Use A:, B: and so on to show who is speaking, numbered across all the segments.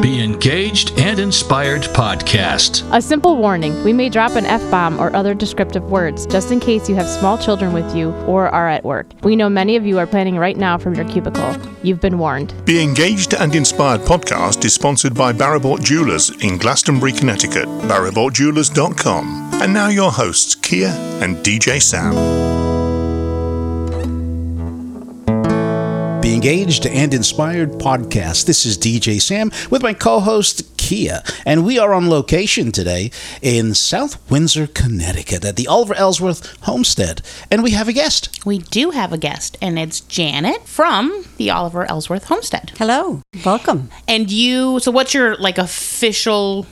A: Be Engaged and Inspired podcast.
B: A simple warning we may drop an F bomb or other descriptive words just in case you have small children with you or are at work. We know many of you are planning right now from your cubicle. You've been warned.
C: The Engaged and Inspired podcast is sponsored by Barrabort Jewelers in Glastonbury, Connecticut. BarrabortJewelers.com. And now your hosts, Kia and DJ Sam.
D: Be Engaged and Inspired podcast. This is DJ Sam with my co host Kia, and we are on location today in South Windsor, Connecticut at the Oliver Ellsworth Homestead. And we have a guest.
E: We do have a guest, and it's Janet from the Oliver Ellsworth Homestead.
F: Hello, welcome.
E: And you, so what's your like official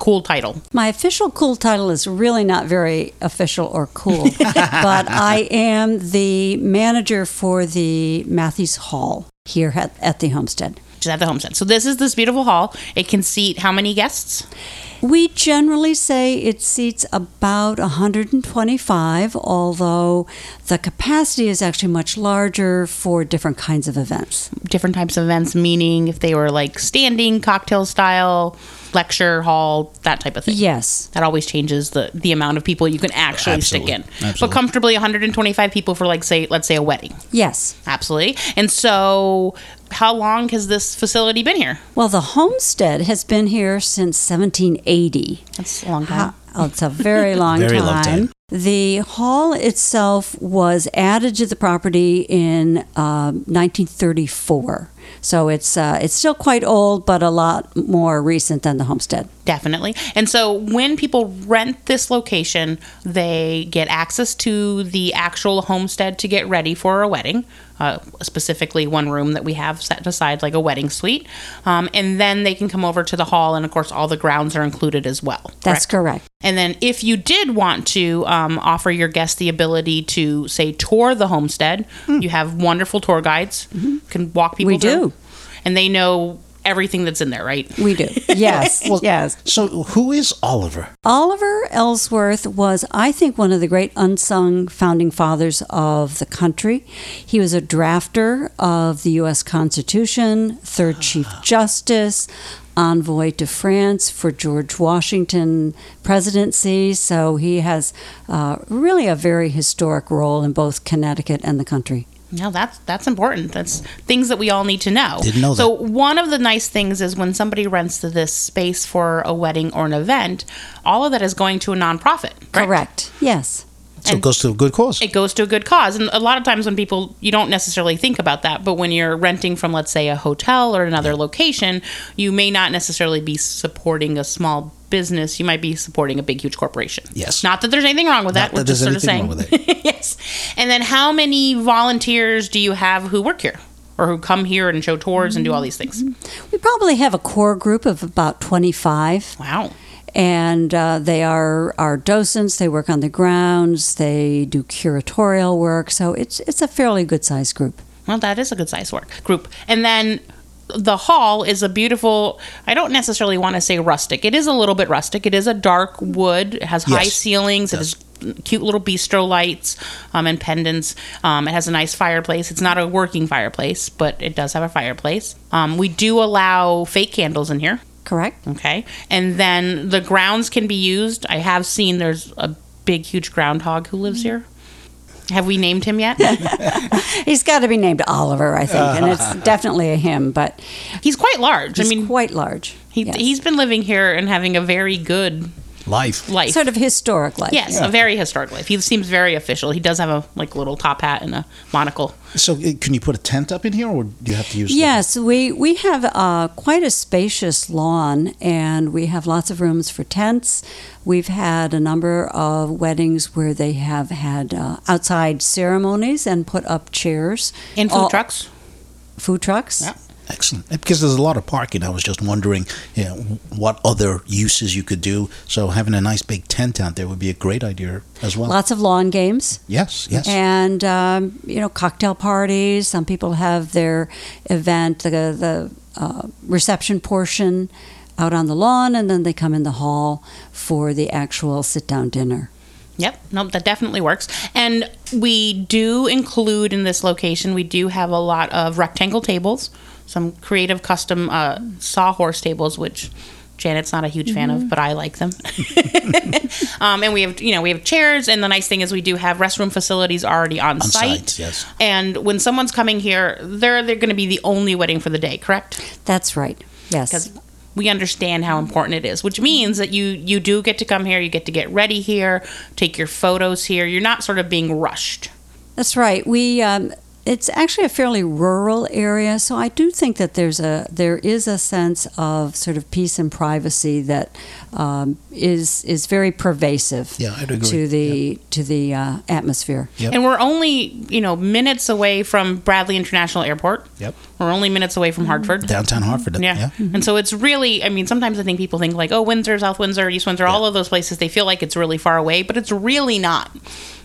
E: cool title?
F: My official cool title is really not very official or cool, but I am the manager for the Matthews Hall here at, at the homestead.
E: She's at the homestead. So this is this beautiful hall. It can seat how many guests?
F: We generally say it seats about 125, although the capacity is actually much larger for different kinds of events.
E: Different types of events, meaning if they were like standing cocktail style, lecture hall, that type of thing.
F: Yes.
E: That always changes the the amount of people you can actually stick in.
D: Absolutely.
E: But
D: Absolutely.
E: comfortably 125 people for like say let's say a wedding.
F: Yes.
E: Absolutely. And so how long has this facility been here?
F: Well, the homestead has been here since 1780.
E: That's a long
F: Ho-
E: time.
F: oh, it's a very long
D: Very
F: time.
D: long time.
F: The hall itself was added to the property in um 1934, so it's uh, it's still quite old, but a lot more recent than the homestead.
E: Definitely. And so when people rent this location, they get access to the actual homestead to get ready for a wedding, uh, specifically one room that we have set aside like a wedding suite. Um, and then they can come over to the hall, and of course, all the grounds are included as well.
F: That's correct.
E: And then, if you did want to um, offer your guests the ability to, say, tour the homestead, you have wonderful tour guides. Can walk people.
F: Hmm. Mm-hmm. We
E: through,
F: do.
E: and they know everything that's in there, right?
F: We do. Yes. yes.
D: So, who is Oliver?
F: Oliver Ellsworth was, I think, one of the great unsung founding fathers of the country. He was a drafter of the U.S. Constitution, third Chief Justice, envoy to France for George Washington presidency. So he has uh, really a very historic role in both Connecticut and the country.
E: No, that's that's important. That's things that we all need to know.
D: Didn't know
E: So one of the nice things is when somebody rents this space for a wedding or an event, all of that is going to a nonprofit. Correct.
F: Correct. Yes.
D: So, it goes to a good cause.
E: It goes to a good cause, and a lot of times when people you don't necessarily think about that, but when you're renting from, let's say, a hotel or another location, you may not necessarily be supporting a small business. You might be supporting a big, huge corporation.
D: Yes.
E: Not that there's anything wrong with that.
D: Not that
E: we're just
D: there's
E: sort
D: anything
E: of
D: wrong
E: saying. yes. And then, how many volunteers do you have who work here? Or who come here and show tours and do all these things.
D: Mm-hmm.
F: We probably have a core group of about 25.
E: Wow.
F: and uh, they are are docents. They work on the grounds. They do curatorial work. So it's it's a fairly good sized group.
E: Well, that is a good size work group. And then the hall is a beautiful I don't necessarily want to say rustic. It is a little bit rustic. It is a dark wood. It has high
D: Yes,
E: ceilings. It has cute little bistro lights um, and pendants. Um, it has a nice fireplace. It's not a working fireplace, but it does have a fireplace. Um, we do allow fake candles in here.
F: Correct.
E: Okay. And then the grounds can be used. I have seen there's a big, huge groundhog who lives here. Have we named him yet?
F: He's got to be named Oliver, I think, and it's definitely a him. But
E: He's quite large.
F: he's
E: Uh-huh. I mean,
F: quite large.
E: He,
F: Yes.
E: He's been living here and having a very good
D: Life.
E: life.
F: sort of historic like.
E: yes, a very historic life. He seems very official. He does have a like little top hat and a monocle.
D: So, uh, can you put a tent up in here, or do you have to use? the-
F: Yes, we we have uh, quite a spacious lawn, and we have lots of rooms for tents. We've had a number of weddings where they have had uh, outside ceremonies and put up chairs
E: And food
F: All-
E: trucks.
F: food trucks.
E: Yeah.
D: Excellent. Because there's a lot of parking. I was just wondering you know, what other uses you could do. So, having a nice big tent out there would be a great idea as well.
F: Lots of lawn games.
D: Yes, yes.
F: And um, you know, cocktail parties. Some people have their event, the the uh, reception portion, out on the lawn, and then they come in the hall for the actual sit down dinner.
E: Yep. No, that definitely works. And we do include in this location, we do have a lot of rectangle tables. some creative custom uh, sawhorse tables, which Janet's not a huge fan of, but I like them. um, and we have, you know, we have chairs, and the nice thing is we do have restroom facilities already on,
D: On
E: site.
D: site, yes.
E: And when someone's coming here, they're they're going to be the only wedding for the day, correct?
F: That's right. Yes.
E: because we understand how important it is which means that you you do get to come here you get to get ready here take your photos here you're not sort of being rushed
F: That's right. We um, it's actually a fairly rural area, so I do think that there's a there is a sense of sort of peace and privacy that um, is is very pervasive.
D: Yeah, I'd agree.
F: to the to the uh, atmosphere.
D: Yep.
E: and we're only you know minutes away from bradley international airport
D: Yep. Mm-hmm.
E: we're only minutes away from hartford
D: Downtown Hartford.
E: yeah, and so it's really i mean sometimes i think people think like oh windsor south windsor east windsor all of those places they feel like it's really far away but it's really not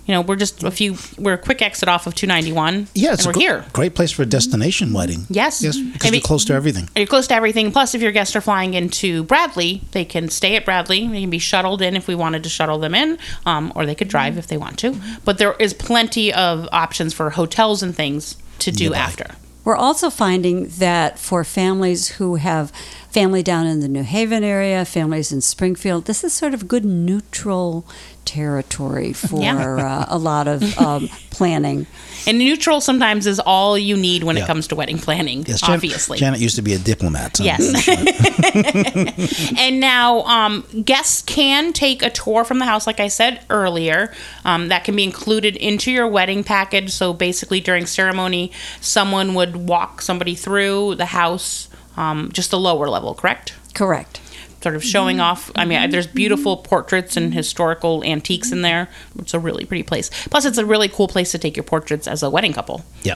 E: you know we're just a few we're a quick exit off of 291
D: Yeah, it's
E: and
D: a
E: we're
D: gr-
E: here
D: great place for a destination wedding.
E: Yes.
D: Yes, because
E: Maybe-
D: you're close to everything.
E: you're close to everything. Plus, if your guests are flying into Bradley, they can stay at Bradley. They can be shuttled in if we wanted to shuttle them in, um, or they could drive
D: Mm-hmm.
E: if they want to. But there is plenty of options for hotels and things to do
D: Nearby.
E: after.
F: We're also finding that for families who have family down in the New Haven area, families in Springfield, this is sort of good neutral territory for
E: Yeah.
F: uh, a lot of um, planning.
E: And neutral sometimes is all you need when
D: Yeah.
E: it comes to wedding planning,
D: Yes, Jan-
E: obviously.
D: Janet used to be a diplomat. so-
E: Yes. and now um, guests can take a tour from the house, like I said earlier. Um, that can be included into your wedding package. So basically, during ceremony, someone would walk somebody through the house, um, just the lower level, correct?
F: Correct.
E: Sort of showing off. I mean, there's beautiful portraits and historical antiques in there. It's a really pretty place. Plus, it's a really cool place to take your portraits as a wedding couple.
D: Yeah.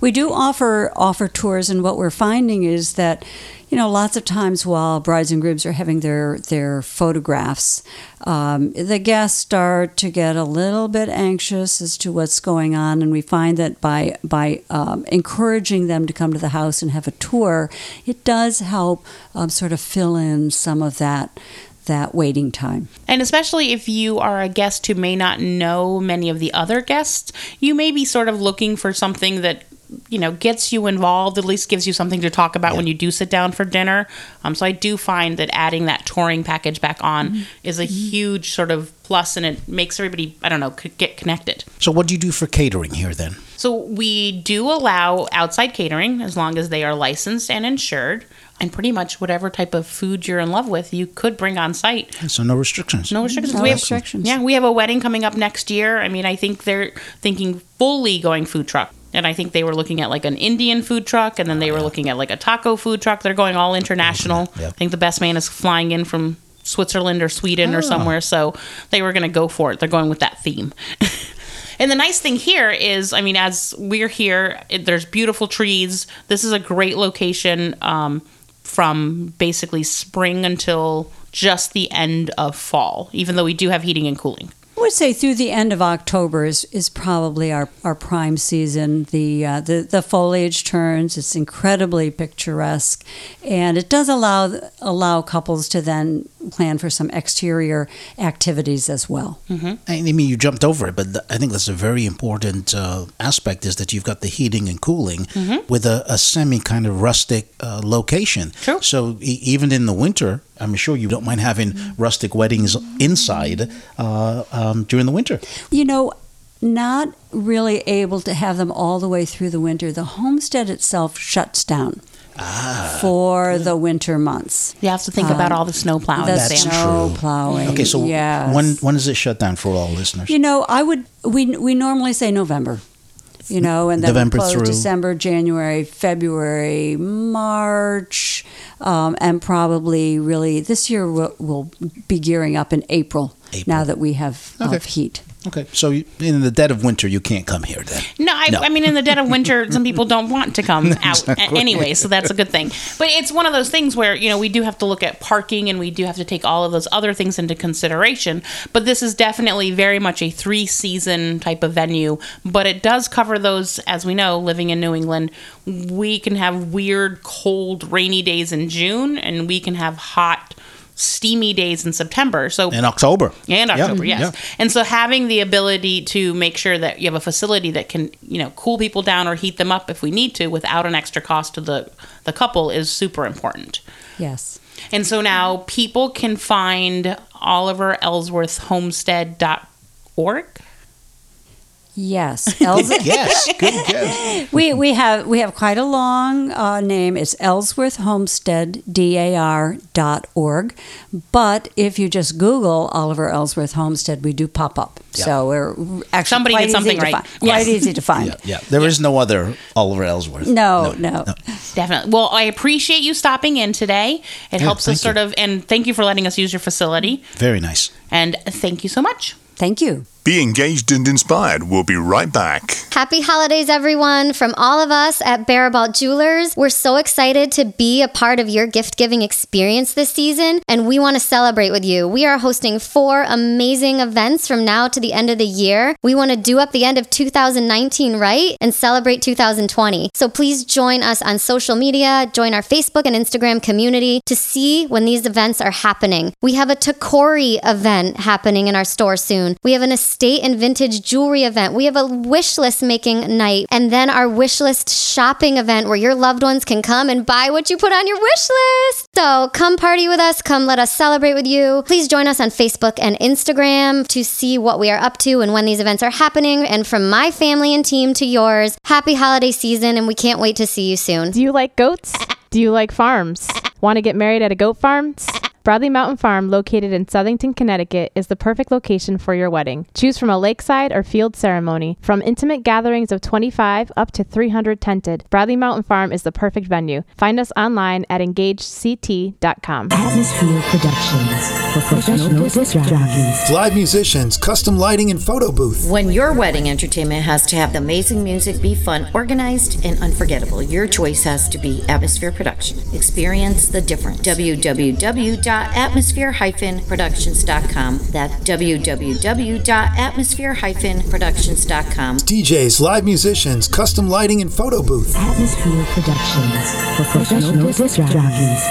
F: We do offer offer tours, and what we're finding is that, you know, lots of times while brides and grooms are having their their photographs, um, the guests start to get a little bit anxious as to what's going on, and we find that by by um, encouraging them to come to the house and have a tour, it does help um, sort of fill in some of that that waiting time.
E: And especially if you are a guest who may not know many of the other guests, you may be sort of looking for something that you know gets you involved at least gives you something to talk about when you do sit down for dinner um, so i do find that adding that touring package back on is a huge sort of plus and it makes everybody i don't know c- get connected
D: So what do you do for catering here then?
E: so we do allow outside catering as long as they are licensed and insured and pretty much whatever type of food you're in love with you could bring on site
D: So no restrictions.
E: no restrictions.
F: No
E: we have-
F: restrictions.
E: yeah, we have a wedding coming up next year. I mean, I think they're thinking fully going food truck. And I think they were looking at like an Indian food truck, and then they were looking at like a taco food truck. They're going all international.
D: yeah.
E: I think the best man is flying in from Switzerland or Sweden or somewhere. So they were going to go for it. They're going with that theme. And the nice thing here is, I mean, as we're here, it, there's beautiful trees. This is a great location um, from basically spring until just the end of fall, even though we do have heating and cooling.
F: I would say through the end of October is, is probably our, our prime season. The, uh, the the foliage turns. It's incredibly picturesque, and it does allow allow couples to then plan for some exterior activities as well.
D: I mean, you jumped over it, but th- I think that's a very important uh, aspect is that you've got the heating and cooling
E: Mm-hmm.
D: with a, a semi kind of rustic uh, location.
E: True.
D: So e- even in the winter, I'm sure you don't mind having
E: Mm-hmm.
D: rustic weddings inside uh, um, during the winter.
F: You know, not really able to have them all the way through the winter. The homestead itself shuts down for the winter months.
E: You have to think about all the snow plowing.
F: The
D: That's
E: Sam.
F: snow
D: true.
F: plowing.
D: Okay, so
F: yes.
D: when when does it shut down for all listeners?
F: You know, I would we we normally say November. You know, and then we
D: November
F: close
D: through-
F: December, January, February, March, um, and probably really this year we'll, we'll be gearing up in April, now
D: April.
F: that we have
D: Okay.
F: of heat.
D: Okay, so you, in the dead of winter, you can't come here then.
E: No, I,
D: No.
E: I mean, in the dead of winter, some people don't want to come out a- anyway, so that's a good thing. But it's one of those things where, you know, we do have to look at parking and we do have to take all of those other things into consideration. But this is definitely very much a three season type of venue, but it does cover those, as we know, living in New England. We can have weird, cold, rainy days in June, and we can have hot, steamy days in September. So
D: in October.
E: and
D: Yeah,
E: October, yes.
D: yeah.
E: And so having the ability to make sure that you have a facility that can, you know, cool people down or heat them up if we need to without an extra cost to the the couple is super important.
F: Yes.
E: And so now people can find Oliver Ellsworth Homestead.org.
F: Yes. Els-
D: Yes, good guess.
F: we we have we have quite a long uh, name. It's Ellsworth Homestead D-A-R dot org. But if you just Google Oliver Ellsworth Homestead, we do pop up. So we're actually
E: Somebody
F: quite
E: did something
F: easy to
E: right.
F: find-
E: Yes.
F: Quite easy to find.
D: Yeah, yeah. There is no other Oliver Ellsworth.
F: No, no,
E: Definitely. Well, I appreciate you stopping in today. It helps us
D: thank
E: sort of, and thank you for letting us use your facility.
D: Very nice.
E: And thank you so much.
F: Thank you.
C: Be engaged and inspired. We'll be right back.
G: Happy holidays, everyone, from all of us at Barabalt Jewelers. We're so excited to be a part of your gift giving experience this season, and we want to celebrate with you. We are hosting four amazing events from now to the end of the year. We want to do up the end of 2019 right and celebrate 2020. So please join us on social media, join our Facebook and Instagram community to see when these events are happening. We have a Takori event happening in our store soon. We have an estate and vintage jewelry event. We have a wish list making night, and then our wish list shopping event where your loved ones can come and buy what you put on your wish list. So come party with us. Come let us celebrate with you. Please join us on Facebook and Instagram to see what we are up to and when these events are happening. And from my family and team to yours, happy holiday season, and we can't wait to see you soon.
B: Do you like goats? Do you like farms? Want to get married at a goat farm? Bradley Mountain Farm, located in Southington, Connecticut, is the perfect location for your wedding. Choose from a lakeside or field ceremony. From intimate gatherings of 25 up to 300 tented, Bradley Mountain Farm is the perfect venue. Find us online at engagedct.com.
H: Atmosphere Productions for professional disc jockeys.
I: Live musicians, custom lighting, and photo booth.
H: When your wedding entertainment has to have amazing music, be fun, organized, and unforgettable, your choice has to be Atmosphere Production. Experience the difference. www.atmosphere-productions.com. That's www.atmosphere-productions.com.
I: DJs, live musicians, custom lighting, and photo booth.
H: Atmosphere Productions for professional disc jockeys.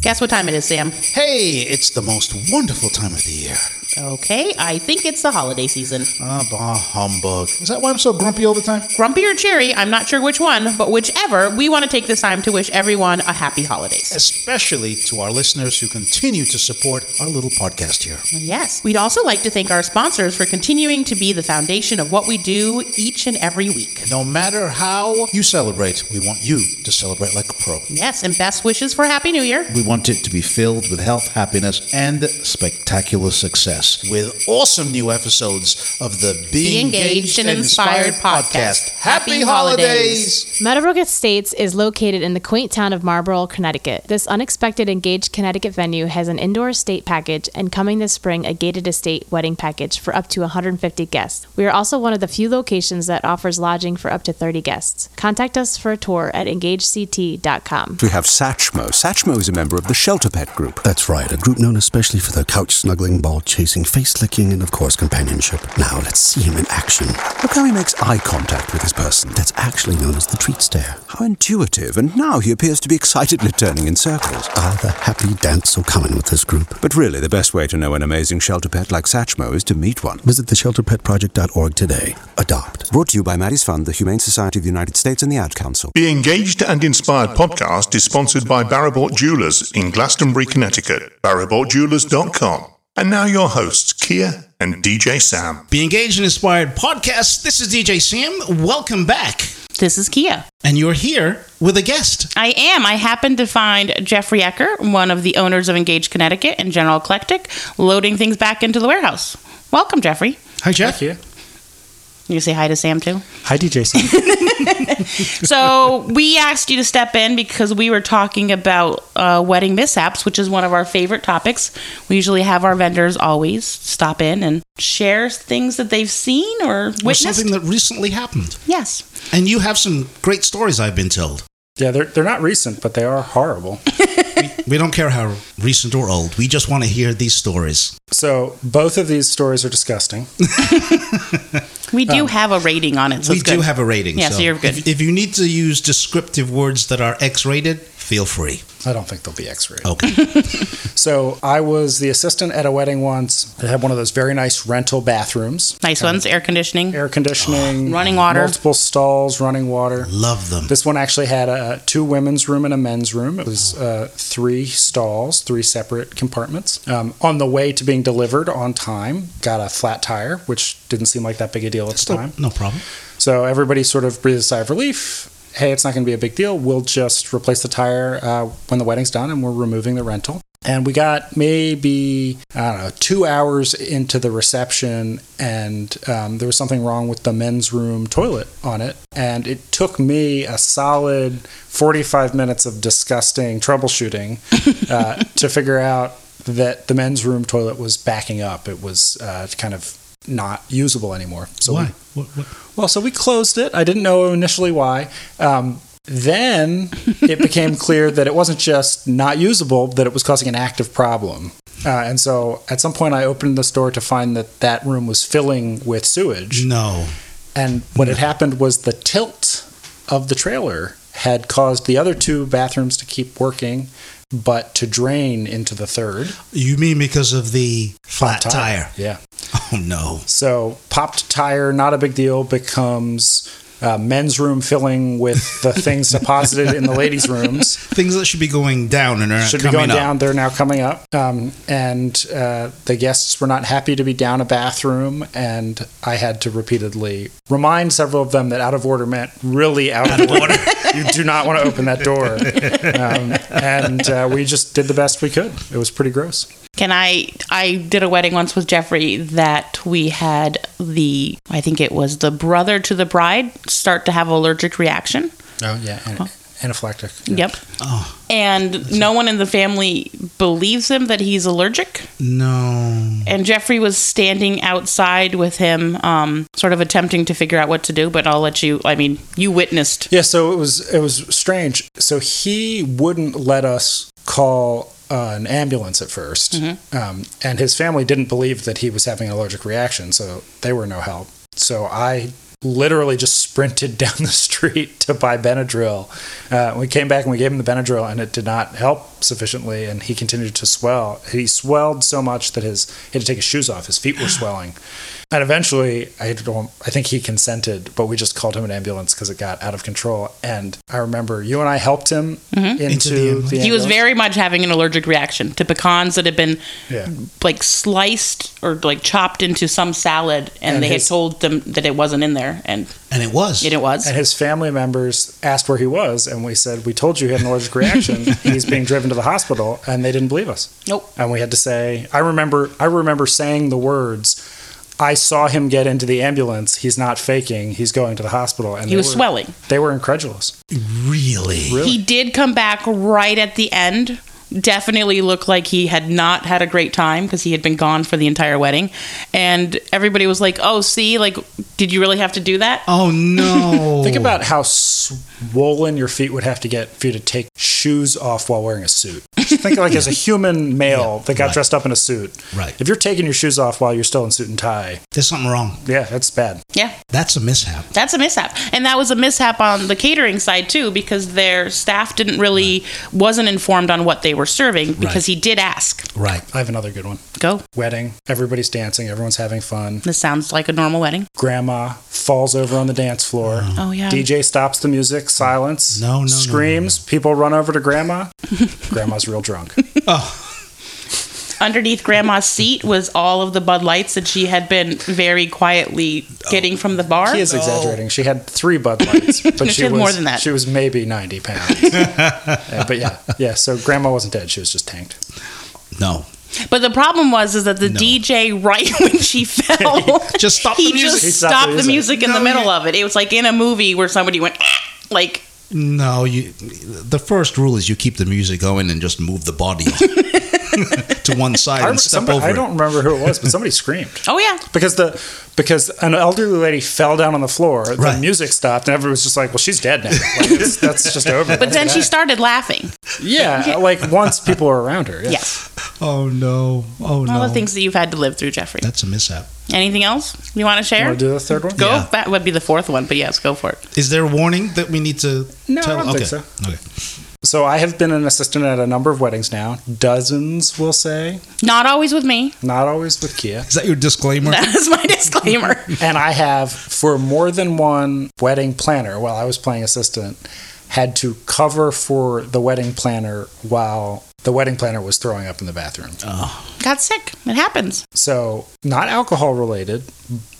E: Guess what time it is, Sam?
D: Hey, it's the most wonderful time of the year.
E: Okay, I think it's the holiday season.
D: Ah, bah, humbug. Is that why I'm so grumpy all the time?
E: Grumpy or cheery, I'm not sure which one, but whichever, we want to take this time to wish everyone a happy holidays.
D: Especially to our listeners who continue to support our little podcast here.
E: Yes. We'd also like to thank our sponsors for continuing to be the foundation of what we do each and every week.
D: No matter how you celebrate, we want you to celebrate like a pro.
E: Yes, and best wishes for Happy New Year.
D: We want it to be filled with health, happiness, and spectacular success with awesome new episodes of the Be,
E: Engaged and Inspired podcast. Happy
D: Happy
E: holidays.
D: holidays!
B: Meadowbrook Estates is located in the quaint town of Marlborough, Connecticut. This unexpected engaged Connecticut venue has an indoor estate package and coming this spring a gated estate wedding package for up to 150 guests. We are also one of the few locations that offers lodging for up to 30 guests. Contact us for a tour at engagedct.com.
J: We have Satchmo. Satchmo is a member of the Shelter Pet Group. That's right, a group known especially for their couch snuggling, ball chasing, face licking, and of course companionship. Now let's see him in action. Look how he makes eye contact with his person. That's actually known as the treat stare. How intuitive, and now he appears to be excitedly turning in circles. Ah, the happy dance so common with this group. But really, the best way to know an amazing shelter pet like Satchmo is to meet one. Visit theshelterpetproject.org today. Adopt. Brought to you by Maddie's Fund, the Humane Society of the United States, and the Ad Council.
C: The Engaged and Inspired podcast is sponsored by Barabort Jewelers in Glastonbury, Connecticut. BarabortJewelers.com. And now your hosts, Kia and DJ Sam.
D: Be Engaged and Inspired podcast. This is DJ Sam. Welcome back.
E: This is Kia.
D: And you're here with a guest.
E: I am. I happened to find Jeffrey Ecker, one of the owners of Engage Connecticut and General Eclectic, loading things back into the warehouse. Welcome, Jeffrey.
D: Hi, Jeff.
E: You say hi to Sam too.
K: Hi, DJ Sam.
E: So we asked you to step in because we were talking about uh, wedding mishaps, which is one of our favorite topics. We usually have our vendors always stop in and share things that they've seen or
D: Or
E: witnessed.
D: something that recently happened.
E: yes.
D: And you have some great stories, I've been told.
K: yeah, they're, they're not recent, but they are horrible.
D: We don't care how recent or old. We just want to hear these stories.
K: So both of these stories are disgusting.
E: We
K: Um,
E: do have a rating on it. So
D: we
E: it's
D: do
E: good.
D: have a rating.
E: Yeah, so you're good.
D: If, if you need to use descriptive words that are X rated, feel free.
K: I don't think they'll be x rayed.
D: Okay.
K: So I was the assistant at a wedding once. They had one of those very nice rental bathrooms,
E: Nice ones, air conditioning.
K: um, air conditioning,
E: Oh. Running water.
K: multiple stalls, running water.
D: Love them.
K: This one actually had uh, two women's room and a men's room. It was uh, three stalls, three separate compartments. Um, on the way to being delivered on time, got a flat tire, which didn't seem like that big a deal at the time.
D: No problem.
K: So everybody sort of breathes a sigh of relief. Hey, it's not going to be a big deal. We'll just replace the tire uh, when the wedding's done, and we're removing the rental. And we got maybe I don't know two hours into the reception, and um, there was something wrong with the men's room toilet on it, and it took me a solid forty-five minutes of disgusting troubleshooting uh, to figure out that the men's room toilet was backing up. It was uh, kind of not usable anymore. So we
D: Why? What, what?
K: well, so we closed it. I didn't know initially why. Um, then it became clear that it wasn't just not usable, that it was causing an active problem. Uh, and so at some point, I opened the store to find that that room was filling with sewage.
D: No.
K: And what had happened was the tilt of the trailer had caused the other two bathrooms to keep working, but to drain into the third.
D: You mean because of the flat tire?
K: Yeah.
D: Oh no.
K: So popped tire, not a big deal, becomes uh, men's room filling with the things deposited in the ladies' rooms.
D: Things that should be going down and are not
K: Should be
D: coming
K: going
D: up.
K: down. They're now coming up, um, and uh, the guests were not happy to be down a bathroom. And I had to repeatedly remind several of them that out of order meant really out, of order. you do not want to open that door. Um, and uh, we just did the best we could. It was pretty gross.
E: Can I? I did a wedding once with Jeffrey that we had the, I think it was the brother to the bride start to have allergic reaction.
K: Oh yeah, anaphylactic.
E: Yep.
D: Oh
E: And no one in the family believes him that he's allergic.
K: Mm-hmm.
D: no.
E: And Jeffrey was standing outside with him, um, sort of attempting to figure out what to do. But I'll let you. I mean, you witnessed.
K: Yeah, so it was it was strange. So he wouldn't let us call uh, an ambulance at 1st um, and his family didn't believe that he was having an allergic reaction, so they were no help. So I literally just sprinted down the street to buy Benadryl. Uh, we came back and we gave him the Benadryl, and it did not help sufficiently, and he continued to swell. He swelled so much that his he had to take his shoes off. His feet were swelling. And eventually, I don't. I think he consented, but we just called him an ambulance because it got out of control. And I remember you and I helped him into,
D: Into the
K: the.
D: ambulance.
K: ambulance.
E: He was very much having an allergic reaction to pecans that had been
K: Yeah.
E: like sliced or like chopped into some salad, and,
K: And
E: they
K: his-
E: had told them that it wasn't in there, and
D: And it was.
E: it it was.
K: And his family members asked where he was, and we said, "We told you he had an allergic reaction. He's being driven to the hospital," and they didn't believe us.
E: Nope.
K: And we had to say, "I remember. I remember saying the words." I saw him get into the ambulance. He's not faking. He's going to the hospital. And
E: He
K: they
E: was
K: were-
E: swelling.
K: They were incredulous.
D: really.
K: Really?
E: He did come back right at the end. Definitely looked like he had not had a great time because he had been gone for the entire wedding. And everybody was like, oh, see, like, did you really have to do that?
D: Oh no.
K: Think about how swollen your feet would have to get for you to take shoes off while wearing a suit. Just think like as a human male that got
D: right.
K: dressed up in a suit.
D: Right.
K: If you're taking your shoes off while you're still in suit and tie,
D: There's something wrong.
K: yeah, that's bad.
E: Yeah,
D: That's a mishap.
E: that's a mishap. And that was a mishap on the catering side, too, because their staff didn't really, wasn't informed on what they were serving because
D: Right.
E: he did ask.
D: Right.
K: I have another good one.
E: Go.
K: Wedding. Everybody's dancing. Everyone's having fun.
E: This sounds like a normal wedding.
K: Grandma falls over on the dance floor.
E: Oh, yeah.
K: DJ stops the music. Silence.
D: No, no, no, no,
K: Screams. People run over to grandma. Grandma's real drunk.
D: Oh.
E: Underneath Grandma's seat was all of the Bud Lights that she had been very quietly getting from the bar.
K: Oh. She is exaggerating. She had three Bud Lights, but
E: No,
K: she,
E: she had
K: was
E: more than that.
K: She was maybe ninety pounds. Yeah, but yeah, yeah. So grandma wasn't dead. She was just tanked.
D: No.
E: But the problem was is that the
D: No.
E: DJ right when she fell
D: Just stopped
E: he
D: the music.
E: just
K: He
E: stopped, the music, in
D: No,
E: the middle
D: you-
E: of it. It was like in a movie where somebody went "Ah," like
D: No. You. The first rule is you keep the music going and just move the body to one side
K: I,
D: and
K: rem-
D: step
K: somebody-
D: over.
K: I
D: it.
K: don't remember who it was, but somebody screamed
E: oh yeah.
K: because the because an elderly lady fell down on the floor. The
D: Right.
K: music stopped, and everyone was just like, "Well, she's dead now. Like, it's, that's just over."
E: But then she started laughing.
K: yeah, like once people were around her. Yeah.
E: Yes.
D: Oh no. Oh
E: All
D: no.
E: the things that you've had to live through, Jeffrey.
D: That's a mishap.
E: Anything else you want to share?
K: Want to do the third one?
E: Go.
D: Yeah.
E: That would be the fourth one, but yes, go for it.
D: Is there a warning that we need to
K: No, I
D: tell?
K: don't
D: okay.
K: think so.
D: Okay.
K: So I have been an assistant at a number of weddings now, dozens, we'll say.
E: Not always with me.
K: Not always with Kia.
D: Is that your disclaimer?
E: That is my disclaimer.
K: and I have, for more than one wedding planner, while I was playing assistant, had to cover for the wedding planner while the wedding planner was throwing up in the bathroom.
E: Got sick. It happens.
K: So, not alcohol related,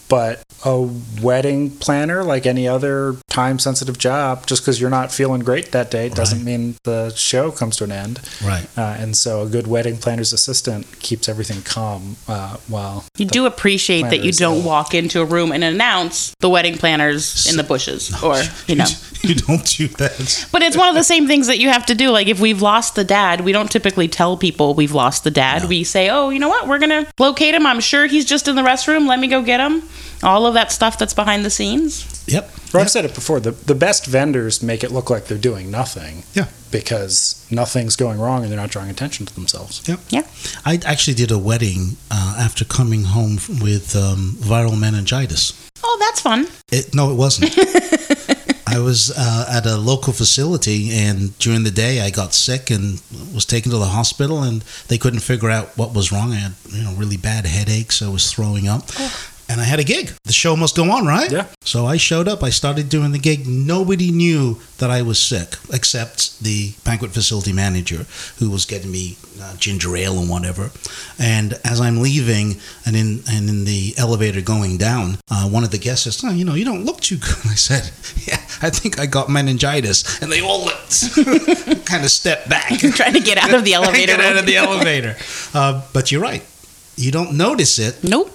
K: but a wedding planner, like any other time sensitive job, just because you're not feeling great that day doesn't mean the show comes to an end.
D: Right.
K: Uh, and so, a good wedding planner's assistant keeps everything calm uh, while
E: You do appreciate that you
K: planners,
E: don't walk into a room and announce the wedding planners in the bushes
D: Oh,
E: or, you know.
D: You don't do that.
E: But it's one of the same things that you have to do. Like if we've lost the dad, we don't typically tell people we've lost the dad. We say, "Oh, you know what? We're gonna locate him. I'm sure he's just in the restroom. Let me go get him." All of that stuff that's behind the scenes.
D: Yep.
K: Well, I've said it before. The the best vendors make it look like they're doing nothing.
D: Yeah.
K: Because nothing's going wrong and they're not drawing attention to themselves.
D: Yep.
E: Yeah.
D: I actually did a wedding uh, after coming home from- with um, viral meningitis.
E: Oh, that's fun.
D: It, no, it wasn't. I was uh, at a local facility, and during the day, I got sick and was taken to the hospital, and they couldn't figure out what was wrong. I had you know really bad headaches. I was throwing up. And I had a gig. The show must go on, right?
K: Yeah.
D: So I showed up. I started doing the gig. Nobody knew that I was sick except the banquet facility manager who was getting me uh, ginger ale and whatever. And as I'm leaving and in and in the elevator going down, uh, one of the guests says, oh, "You know, you don't look too good." I said, "Yeah, I think I got meningitis." And they all kind of stepped back,
E: Trying to get out of the elevator.
D: get out
E: room.
D: of the elevator. Uh, but you're right. You don't notice it
E: Nope.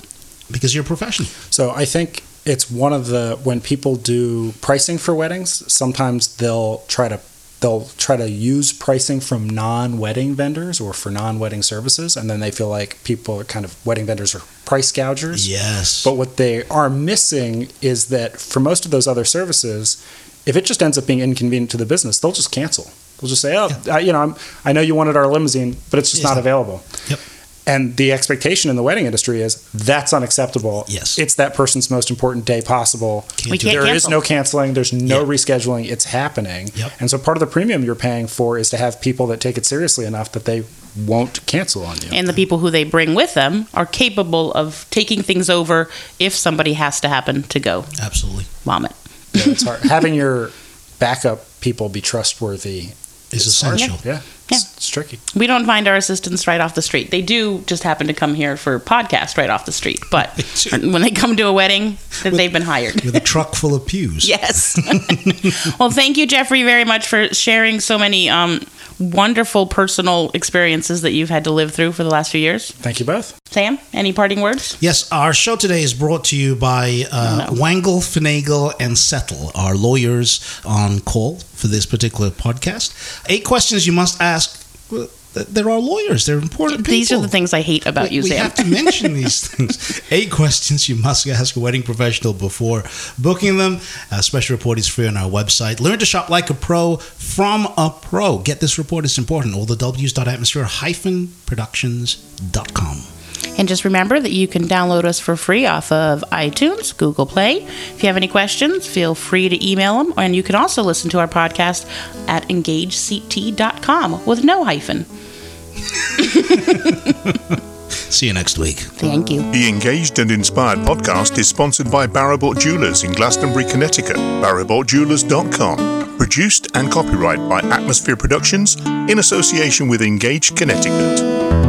D: because you're professional.
K: So I think it's one of the when people do pricing for weddings, sometimes they'll try to they'll try to use pricing from non-wedding vendors or for non-wedding services and then they feel like people are kind of wedding vendors are price gougers.
D: Yes.
K: But what they are missing is that for most of those other services, if it just ends up being inconvenient to the business, they'll just cancel. They'll just say, "Oh, I, you know, I'm, I know you wanted our limousine, but it's just
D: It's
K: not
D: not-
K: available."
D: Yep.
K: And the expectation in the wedding industry is that's unacceptable.
D: Yes.
K: It's that person's most important day possible.
D: Can't
E: We
D: do
E: can't
K: There is
E: cancel.
K: no canceling, there's no
D: Yeah.
K: rescheduling, it's happening.
D: Yep.
K: And so part of the premium you're paying for is to have people that take it seriously enough that they won't cancel on you.
E: And the people who they bring with them are capable of taking things over if somebody has to happen to go
D: that. Absolutely.
E: vomit.
K: Yeah, it's hard. Having your backup people be trustworthy
D: It's
K: hard.
D: essential.
K: Yeah.
E: Yeah.
K: It's, it's tricky.
E: We don't find our assistants right off the street. They do just happen to come here for podcast right off the street, but
D: They
E: when they come to a wedding, that they've been hired.
D: With a truck full of pews.
E: Yes. well, thank you, Jeffrey, very much for sharing so many um, wonderful personal experiences that you've had to live through for the last few years.
K: Thank you both.
E: Sam, any parting words?
D: Yes, our show today is brought to you by uh,
E: No.
D: Wangle, Finagle, and Settle, our lawyers on call for this particular podcast. Eight questions you must ask. Well, th- There are lawyers. They're important people.
E: These are the things I hate about
D: we,
E: you,
D: we
E: Sam.
D: have to mention these things. Eight questions you must ask a wedding professional before booking them. Uh, special report is free on our website. Learn to shop like a pro from a pro. Get this report; it's important. All the W's.atmosphere-productions.com.
E: And just remember that you can download us for free off of iTunes, Google Play. If you have any questions, feel free to email them. And you can also listen to our podcast at engagect.com with no hyphen.
D: See you next week.
E: Thank you.
C: The Engaged and Inspired podcast is sponsored by Barabort Jewelers in Glastonbury, Connecticut. BarabortJewelers.com. Produced and copyright by Atmosphere Productions in association with Engaged Connecticut.